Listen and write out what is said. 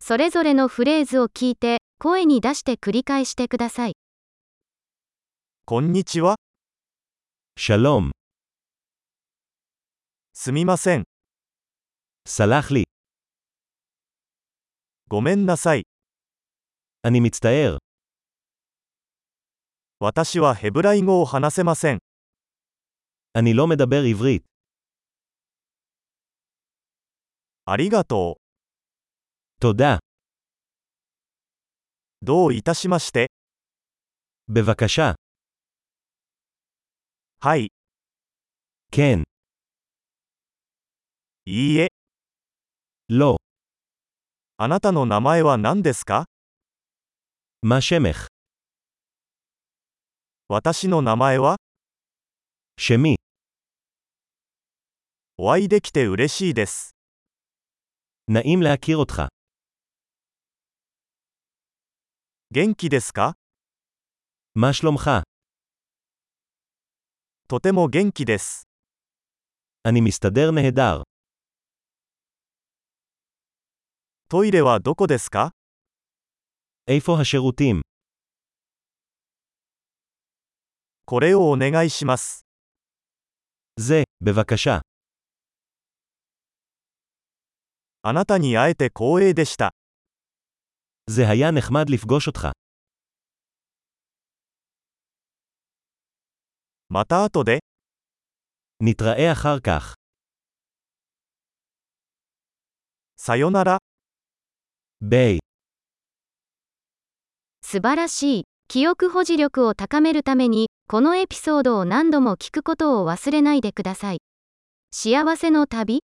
それぞれのフレーズを聞いて、声に出して繰り返してください。こんにちは。 שלום, すみません。 סלח לי, ごめんなさい。 אני מצטער, 私はヘブライ語を話せません。 אני לא מדבר עברית, ありがとう。 תודה, どういたしまして。 בבקשה, はい、 כן, いいえ。 לא, あなたの名前は何ですか מה שמך, 私の名前は שמי, お会いできて嬉しいです。 נעים להכיר אותך, 元気ですか מה שלומך? とても元気です。 אני מסתדר נהדר, トイレはどこですか איפה השירותים? これをお願いします。 זה, בבקשה, あなたに会えて光栄でした。 זה היה נחמד לפגוש אותך, また後で、 נתראה אחר כך, さよなら。 ביי. 素晴らしい。記憶保持力を高めるために、このエピソードを何度も聞くことを忘れないでください。幸せの旅